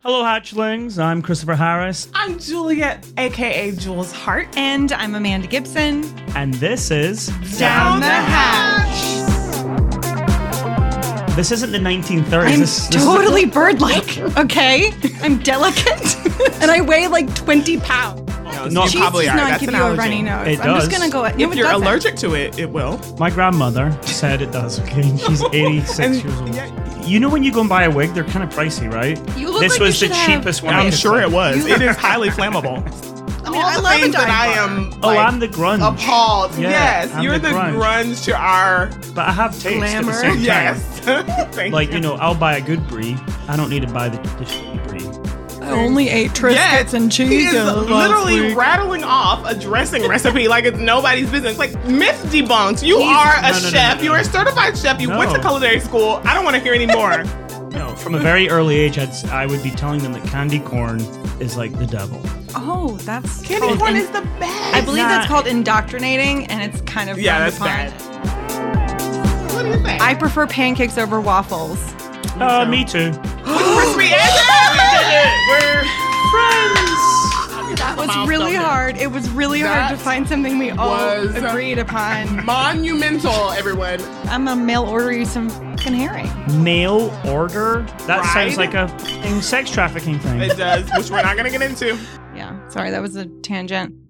Hello, Hatchlings. I'm Christopher Harris, I'm Juliet, aka Jules Hart. And I'm Amanda Gibson. and this is. Down the hatch. This isn't the 1930s. I'm this, this is- totally bird like, okay? I'm delicate and I weigh like 20 pounds. not- Cheese Probably does Oh, are. not That's give an you a allergy. runny nose. It I'm just does. gonna go. No, If it you're doesn't. allergic to it, it will. my grandmother said it does, okay? And she's 86 And- years old. yeah. You know when you go and buy a wig, they're kind of pricey, right? You look this like you was should the have- cheapest one. I I'm could sure it find. was. It is highly flammable. I mean, I love a Things that I um, dye bar. am. Oh, like, I'm the grunge. Appalled. Yeah, yes, I'm you're the the, grunge. grunge. to our. But I have taste at the Glamour. same time. Yes. Thank Like, you. you know, I'll buy a good brie. I don't need to buy the, the shitty brie. I only ate Yes, Triscuits and He cheese. is literally rattling off a dressing recipe like it's nobody's business. Like myth debunked. You are no, a no, no, chef. no. You're a certified chef. You went to No. culinary school. I don't want to hear anymore. No, from a very early age, I'd, s- I would be telling them that candy corn is like the devil. Oh, that's. Candy called corn in- is the best. I believe not- that's called indoctrinating, and it's kind of Yeah, frowned that's upon. bad. What do you think? I prefer pancakes over waffles. Uh, me too. crispy edges. Friends! That was milestone really there. hard. It was really hard to That find something we all was- uh, agreed upon. Monumental, everyone. I'm gonna mail order you some fucking herring. mail order? That Bride? sounds like a f***ing sex trafficking thing. It does, which we're not gonna get into. Yeah, sorry, that was a tangent.